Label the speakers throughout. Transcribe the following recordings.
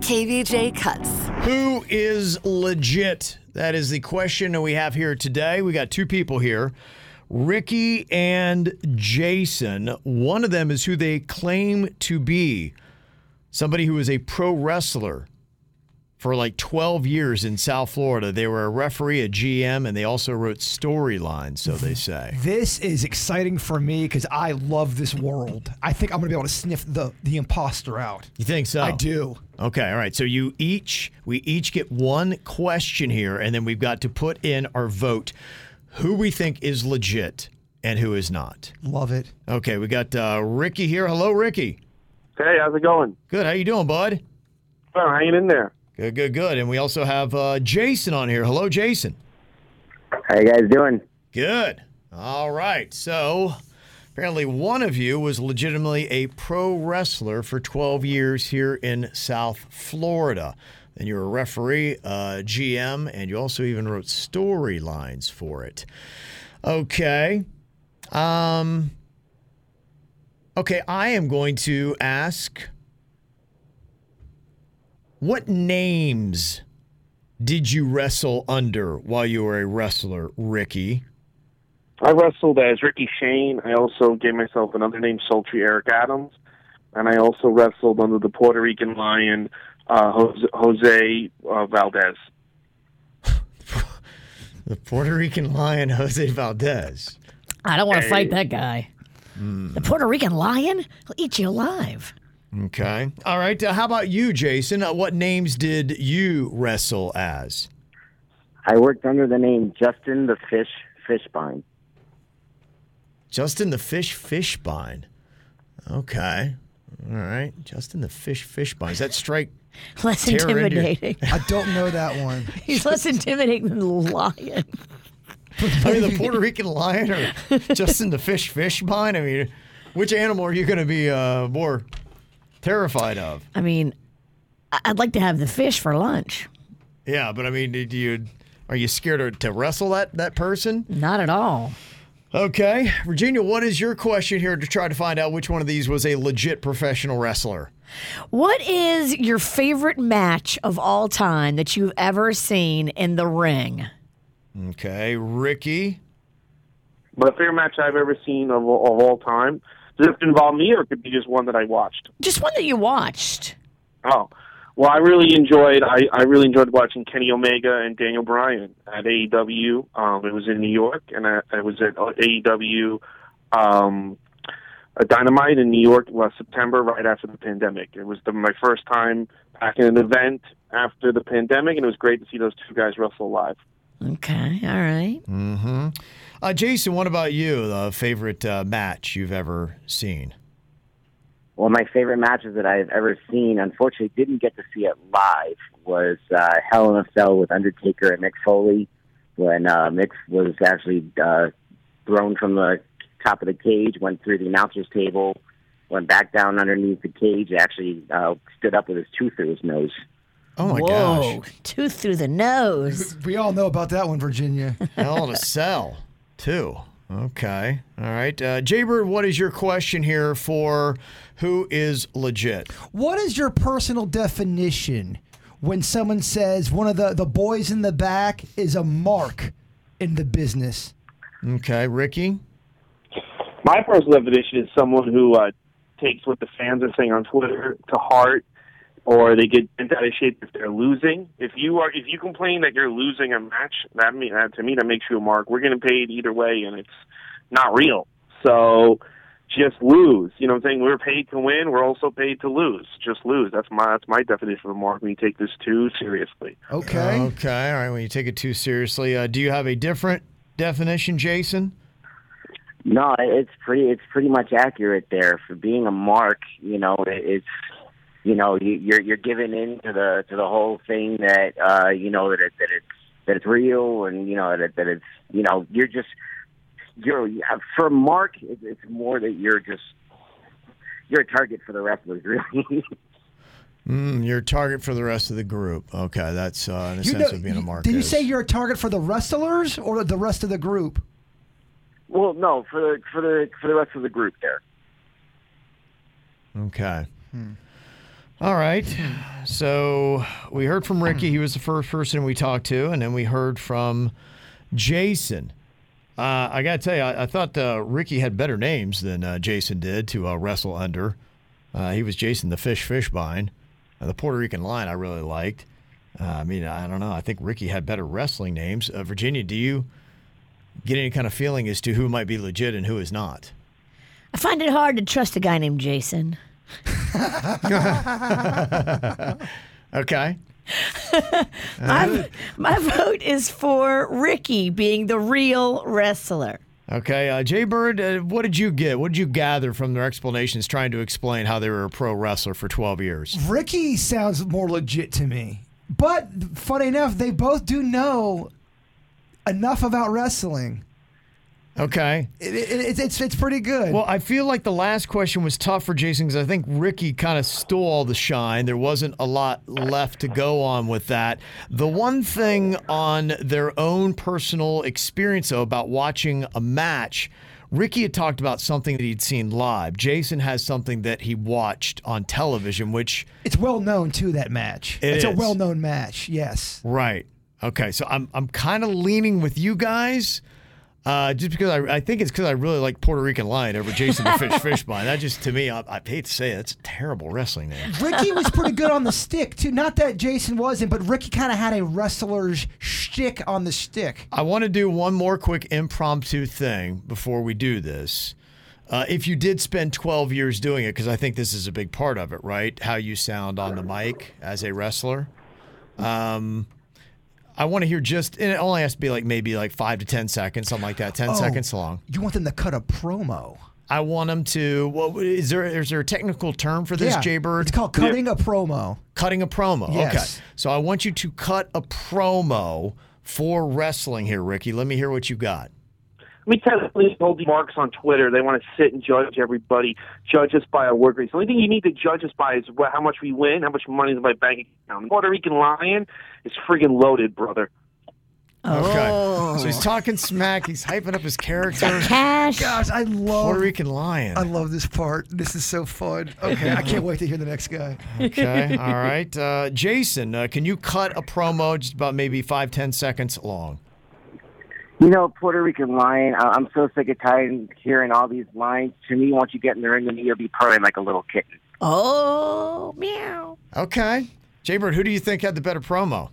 Speaker 1: KVJ Cuts.
Speaker 2: Who is legit? That is the question that we have here today. We got two people here Ricky and Jason. One of them is who they claim to be somebody who is a pro wrestler for like 12 years in South Florida. They were a referee, a GM, and they also wrote storylines, so they say.
Speaker 3: This is exciting for me because I love this world. I think I'm gonna be able to sniff the the imposter out.
Speaker 2: You think so?
Speaker 3: I do.
Speaker 2: Okay, all right. So you each we each get one question here and then we've got to put in our vote who we think is legit and who is not.
Speaker 3: Love it.
Speaker 2: Okay, we got uh, Ricky here. Hello Ricky.
Speaker 4: Hey, how's it going?
Speaker 2: Good. How you doing, bud?
Speaker 4: Oh, hanging in there.
Speaker 2: Good, good, good. And we also have uh, Jason on here. Hello Jason.
Speaker 5: How you guys doing?
Speaker 2: Good. All right. So apparently, one of you was legitimately a pro wrestler for 12 years here in South Florida. And you're a referee, uh, GM, and you also even wrote storylines for it. Okay. Um, okay. I am going to ask what names did you wrestle under while you were a wrestler, Ricky?
Speaker 4: I wrestled as Ricky Shane. I also gave myself another name, Sultry Eric Adams, and I also wrestled under the Puerto Rican Lion, uh, Jose, Jose uh, Valdez.
Speaker 2: The Puerto Rican Lion, Jose Valdez.
Speaker 6: I don't want to fight that guy. The Puerto Rican lion? He'll eat you alive.
Speaker 2: Okay. All right. Uh, how about you, Jason? Uh, what names did you wrestle as?
Speaker 5: I worked under the name Justin the Fish Fishbine.
Speaker 2: Justin the Fish Fishbine. Okay. All right. Justin the Fish Fishbine. Is that strike?
Speaker 6: Less
Speaker 2: Tear into-
Speaker 6: intimidating.
Speaker 3: I don't know that one.
Speaker 6: He's less intimidating than the lion.
Speaker 2: I mean, the Puerto Rican lion or Justin the Fish Fishbine? I mean, which animal are you going to be uh, more terrified of?
Speaker 6: I mean, I- I'd like to have the fish for lunch.
Speaker 2: Yeah, but I mean, do you are you scared to, to wrestle that that person?
Speaker 6: Not at all.
Speaker 2: Okay, Virginia, what is your question here to try to find out which one of these was a legit professional wrestler?
Speaker 6: What is your favorite match of all time that you've ever seen in the ring?
Speaker 2: Okay, Ricky.
Speaker 4: But favorite match I've ever seen of, of all time. Does it involve me, or it could be just one that I watched?
Speaker 6: Just one that you watched.
Speaker 4: Oh, well, I really enjoyed. I, I really enjoyed watching Kenny Omega and Daniel Bryan at AEW. Um, it was in New York, and I, I was at AEW um, a Dynamite in New York last September, right after the pandemic. It was the, my first time back in an event after the pandemic, and it was great to see those two guys wrestle live.
Speaker 6: Okay, all right.
Speaker 2: Uh, Jason, what about you? The favorite uh, match you've ever seen?
Speaker 5: One of my favorite matches that I've ever seen, unfortunately, didn't get to see it live, was uh, Hell in a Cell with Undertaker and Mick Foley when uh, Mick was actually uh, thrown from the top of the cage, went through the announcer's table, went back down underneath the cage, actually uh, stood up with his tooth through his nose.
Speaker 2: Oh my
Speaker 6: Whoa,
Speaker 2: gosh!
Speaker 6: tooth through the nose.
Speaker 3: We all know about that one, Virginia.
Speaker 2: Hell in a cell, too. Okay, all right. Uh, Jaybird, what is your question here for who is legit?
Speaker 3: What is your personal definition when someone says one of the, the boys in the back is a mark in the business?
Speaker 2: Okay, Ricky.
Speaker 4: my personal definition is someone who uh, takes what the fans are saying on Twitter to heart, or they get bent out of shape if they're losing. If you are, if you complain that you're losing a match, that mean uh, to me that makes you a mark. We're getting paid either way, and it's not real. So just lose. You know what I'm saying? We're paid to win. We're also paid to lose. Just lose. That's my that's my definition of a mark. When you take this too seriously.
Speaker 3: Okay.
Speaker 2: Okay, all right. When you take it too seriously, uh, do you have a different definition, Jason?
Speaker 5: No, it's pretty. It's pretty much accurate there for being a mark. You know, it- it's you know you, you're you're giving in to the to the whole thing that uh, you know that it, that it's that it's real and you know that that it's you know you're just you're for Mark it, it's more that you're just you're a target for the wrestlers really.
Speaker 2: Mm, you're a target for the rest of the group. Okay, that's uh, in a
Speaker 3: You
Speaker 2: sense
Speaker 3: know-
Speaker 2: of being a
Speaker 3: you-
Speaker 2: mark.
Speaker 3: Did you
Speaker 2: is.
Speaker 3: say you're a target for the wrestlers or the rest of the group?
Speaker 5: well, no, for the for the for the rest of the group there.
Speaker 2: Okay. All right. So we heard from Ricky. He was the first person we talked to, and then we heard from Jason. Uh, I gotta tell you, I, I thought uh, Ricky had better names than uh, Jason did to uh, wrestle under. Uh, he was Jason the Fish Fishbine. Uh, the Puerto Rican line I really liked. Uh, I mean, I don't know. I think Ricky had better wrestling names. Uh, Virginia, do you get any kind of feeling as to who might be legit and who is not?
Speaker 6: I find it hard to trust a guy named Jason.
Speaker 2: Okay.
Speaker 6: My, my vote is for Ricky being the real wrestler.
Speaker 2: Okay, uh, Jay Bird, uh, what did you get? What did you gather from their explanations trying to explain how they were a pro wrestler for 12 years?
Speaker 3: Ricky sounds more legit to me. But funny enough, they both do know enough about wrestling.
Speaker 2: Okay.
Speaker 3: It, it, it's, it's it's pretty good.
Speaker 2: Well, I feel like the last question was tough for Jason because I think Ricky kind of stole all the shine. There wasn't a lot left to go on with that. The one thing on their own personal experience, though, about watching a match, Ricky had talked about something that he'd seen live. Jason has something that he watched on television, which.
Speaker 3: it's well known too that match.
Speaker 2: It
Speaker 3: it's a
Speaker 2: is.
Speaker 3: well known match. Yes.
Speaker 2: Right. Okay. So I'm I'm kind of leaning with you guys, uh, just because I, I think it's because I really like Puerto Rican Lion over Jason the Fish Fishbine. That just to me, I, I hate to say it, it's a terrible wrestling name.
Speaker 3: Ricky was pretty good on the stick too. Not that Jason wasn't, but Ricky kind of had a wrestler's shtick on the stick.
Speaker 2: I want to do one more quick impromptu thing before we do this. Uh, if you did spend 12 years doing it, because I think this is a big part of it, right? How you sound on the mic as a wrestler. Um, I want to hear just, and it only has to be like maybe like five to 10 seconds, something like that, 10 seconds long.
Speaker 3: You want them to cut a promo?
Speaker 2: I want them to. What is there? Is there a technical term for this, Jay Bird?
Speaker 3: It's called cutting a promo.
Speaker 2: cutting a promo.
Speaker 3: Yes.
Speaker 2: Okay. So I want you to cut a promo for wrestling here, Ricky. Let me hear what you got.
Speaker 4: Let me tell you, please hold the marks on Twitter. They want to sit and judge everybody, judge us by our work rates. The only thing you need to judge us by is wh- how much we win, how much money is in my bank account. The Puerto Rican lion is friggin' loaded, brother.
Speaker 6: Oh.
Speaker 2: Okay. So he's talking smack. He's hyping up his character.
Speaker 6: Cash.
Speaker 3: Gosh, I
Speaker 2: Puerto
Speaker 3: love
Speaker 2: Rican lion.
Speaker 3: I love this part. This is so fun. Okay, I can't wait to hear the next guy.
Speaker 2: Okay. All right. Uh, Jason, uh, can you cut a promo just about maybe five, ten seconds long?
Speaker 5: You know, Puerto Rican lion. I- I'm so sick and tired of hearing all these lines. To me, once you get in the ring with me, you'll be purring like a little kitten.
Speaker 6: Oh, meow.
Speaker 2: Okay. Jaybird, who do you think had the better promo?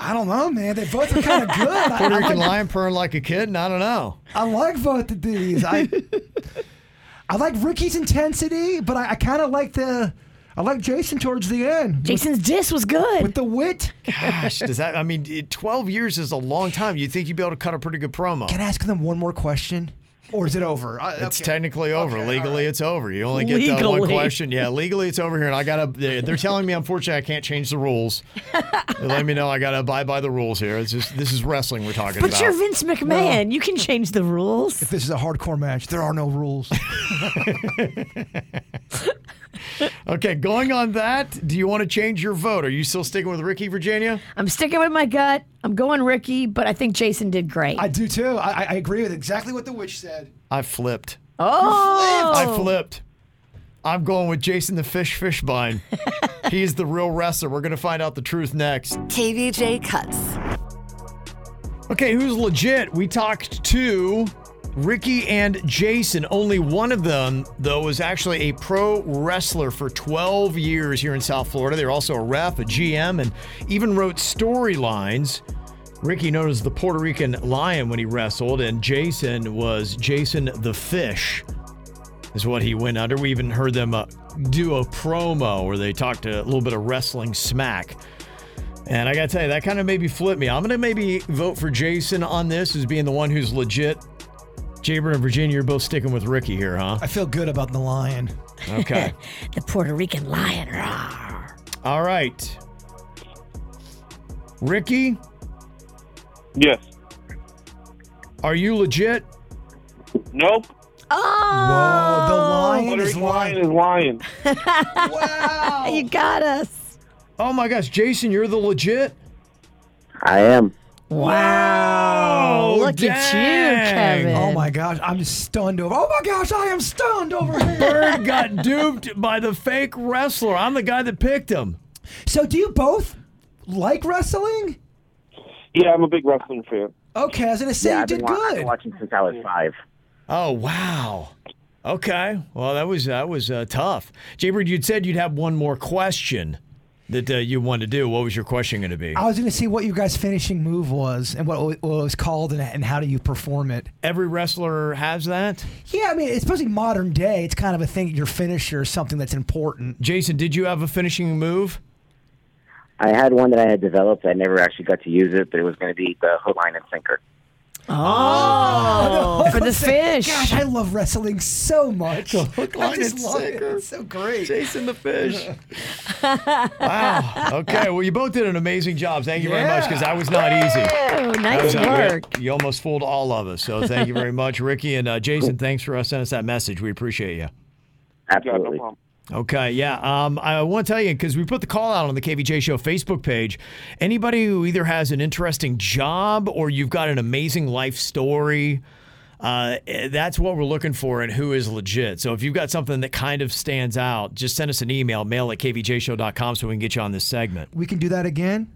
Speaker 3: I don't know, man. They both are kind of good. I,
Speaker 2: Puerto
Speaker 3: I
Speaker 2: Rican
Speaker 3: like,
Speaker 2: lion purring like a kid? I don't know.
Speaker 3: I like both of these. I I like Ricky's intensity, but I, I kind of like the I like Jason towards the end
Speaker 6: Jason's diss was good.
Speaker 3: with the wit.
Speaker 2: Gosh, does that? I mean, it- twelve years is a long time. You would think you'd be able to cut a pretty good promo?
Speaker 3: Can I ask them one more question, or is it over? I,
Speaker 2: It's technically over. legally, it's over. You only get to one
Speaker 6: Legally.
Speaker 2: question. Yeah, legally, it's over here. And I gotta. they- They're telling me, unfortunately, I can't change the rules. They let me know I gotta abide by the rules here. It's just this is wrestling we're talking
Speaker 6: but
Speaker 2: about.
Speaker 6: you're Vince McMahon. you can change the rules.
Speaker 3: this is a hardcore match. There are no rules.
Speaker 2: okay, going on that. Do you want to change your vote? Are you still sticking with Ricky Virginia?
Speaker 6: I'm sticking with my gut. I'm going Ricky, but I think Jason did great.
Speaker 3: I do too. I, I- I agree with exactly what the witch said.
Speaker 2: I flipped.
Speaker 6: oh,
Speaker 2: I flipped. I'm going with Jason the Fish Fishbine. He's the real wrestler. We're gonna find out the truth next.
Speaker 1: KVJ Cuts.
Speaker 2: Okay, who's legit? We talked to Ricky and Jason. Only one of them, though, was actually a pro wrestler for 12 years here in South Florida. They're also a ref, a GM, and even wrote storylines. Ricky known as the Puerto Rican Lion when he wrestled, and Jason was Jason the Fish is what he went under. We even heard them uh, do a promo where they talked a little bit of wrestling smack. And I got to tell you, that kind of maybe flipped me. I'm going to maybe vote for Jason on this as being the one who's legit. Jaber and Virginia, you're both sticking with Ricky here, huh?
Speaker 3: I feel good about the lion.
Speaker 2: Okay.
Speaker 6: the Puerto Rican lion. Rawr.
Speaker 2: All right. Ricky,
Speaker 4: Yes.
Speaker 2: are you legit?
Speaker 4: Nope.
Speaker 6: Oh,
Speaker 3: Whoa, the lion
Speaker 4: Puerto
Speaker 3: is
Speaker 4: Rican lion
Speaker 3: lying.
Speaker 4: is lying.
Speaker 3: Wow.
Speaker 6: Oh, you got us.
Speaker 2: Oh my gosh, Jason, you're the legit?
Speaker 5: I am.
Speaker 6: Wow. Look at you,
Speaker 2: dang.
Speaker 6: Kevin.
Speaker 3: Oh my gosh, I'm stunned over. Oh my gosh, I am stunned over here.
Speaker 2: Bird got duped by the fake wrestler. I'm the guy that picked him.
Speaker 3: so, do you both like wrestling?
Speaker 4: Yeah, I'm a big wrestling fan.
Speaker 3: Okay, I was gonna say
Speaker 5: yeah,
Speaker 3: you
Speaker 5: I've been,
Speaker 3: did
Speaker 5: wa- I've
Speaker 3: good.
Speaker 5: been watching since I was five.
Speaker 2: Oh wow. Okay. Well, that was that was uh, tough. Jaybird, you'd said you'd have one more question that uh, you wanted to do. What was your question going to be?
Speaker 3: I was gonna see what your guys' finishing move was and what, it- what it was called and, and how do you perform it.
Speaker 2: Every wrestler has that.
Speaker 3: Yeah, I mean, especially modern day, it's kind of a thing. Your finisher is something that's important.
Speaker 2: Jason, did you have a finishing move?
Speaker 5: I had one that I had developed. I never actually got to use it, but it was going to be the hook, line, and sinker.
Speaker 6: Oh, for the fish.
Speaker 3: Gosh, I love wrestling so much.
Speaker 2: Hook,
Speaker 3: I
Speaker 2: line,
Speaker 3: just
Speaker 2: and
Speaker 3: love it.
Speaker 2: sinker.
Speaker 3: It's so great.
Speaker 2: Jason the Fish. wow. Okay. Well, you both did an amazing job. Thank you very much because I was not easy.
Speaker 6: Oh, nice
Speaker 2: That was-
Speaker 6: work.
Speaker 2: You almost fooled all of us. So thank you very much, Ricky and uh, Jason. Thanks for uh, sending us that message. We appreciate you.
Speaker 4: Yeah, no
Speaker 5: Absolutely.
Speaker 4: problem.
Speaker 2: Okay, yeah. Um, I want to tell you because we put the call out on the KVJ Show Facebook page. Anybody who either has an interesting job or you've got an amazing life story, uh, eh, that's what we're looking for and who is legit. So if you've got something that kind of stands out, just send us an email, mail at kvjshow.com so we can get you on this segment.
Speaker 3: We can do that again.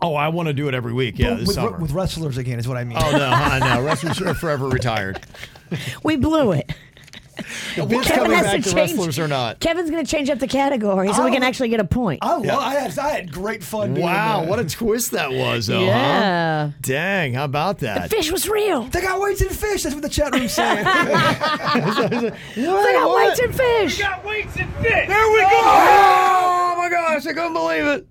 Speaker 2: Oh, I want to do it every week. Yeah, this
Speaker 3: with,
Speaker 2: summer.
Speaker 3: with wrestlers again is what I mean.
Speaker 2: oh, no, I know. Wrestlers are forever retired.
Speaker 6: We blew it.
Speaker 2: Who's
Speaker 6: Kevin
Speaker 2: coming back
Speaker 6: has to
Speaker 2: to
Speaker 6: change-
Speaker 2: wrestlers or not?
Speaker 6: Kevin's going to change up the category so we can
Speaker 3: Oh.
Speaker 6: actually get a point.
Speaker 3: I, lo- I, had, I had great fun. doing
Speaker 2: Wow,
Speaker 3: that.
Speaker 2: what a twist that was, though, huh?
Speaker 6: yeah.
Speaker 2: Dang, how about that?
Speaker 6: The fish was real.
Speaker 3: They got weights and fish. That's what the chat room's saying.
Speaker 6: they got weights and fish.
Speaker 4: Got weights and fit.
Speaker 2: There we go! Oh my gosh, I couldn't believe it.